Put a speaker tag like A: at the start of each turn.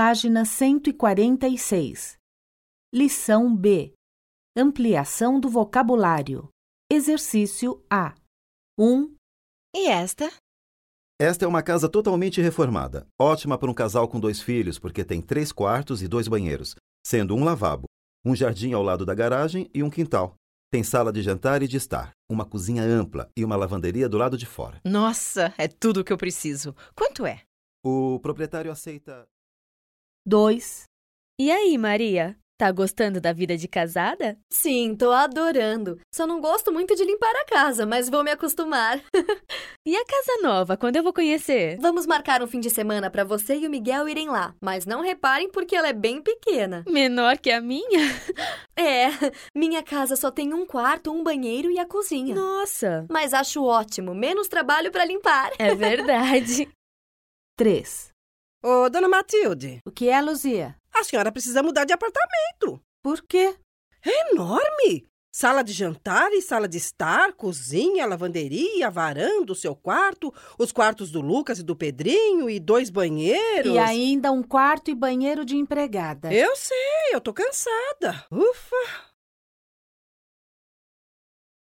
A: Página 146. Lição B. Ampliação do vocabulário. Exercício A. 1,
B: E esta?
C: Esta é uma casa totalmente reformada, ótima para um casal com dois filhos, porque tem três quartos e dois banheiros, sendo um lavabo, um jardim ao lado da garagem e um quintal. Tem sala de jantar e de estar, uma cozinha ampla e uma lavanderia do lado de fora.
B: Nossa, é tudo o que eu preciso. Quanto é?
C: O proprietário aceita.
A: 2,
D: E aí, Maria? Tá gostando da vida de casada?
E: Sim, tô adorando. Só não gosto muito de limpar a casa, mas vou me acostumar.
D: E a casa nova, quando eu vou conhecer?
E: Vamos marcar um fim de semana pra você e o Miguel irem lá, mas não reparem porque ela é bem pequena.
D: Menor que a minha?
E: É, minha casa só tem um quarto, um banheiro e a cozinha.
D: Nossa,
E: Mas acho ótimo, menos trabalho pra limpar.
D: é verdade.
A: 3.
F: Ô, dona Matilde,
A: O que é, Luzia?
F: a senhora precisa mudar de apartamento.
A: Por quê?
F: É enorme! Sala de jantar e sala de estar, cozinha, lavanderia, varanda, o seu quarto, os quartos do Lucas e do Pedrinho e dois banheiros.
A: E ainda um quarto e banheiro de empregada.
F: Eu sei, eu tô cansada. Ufa!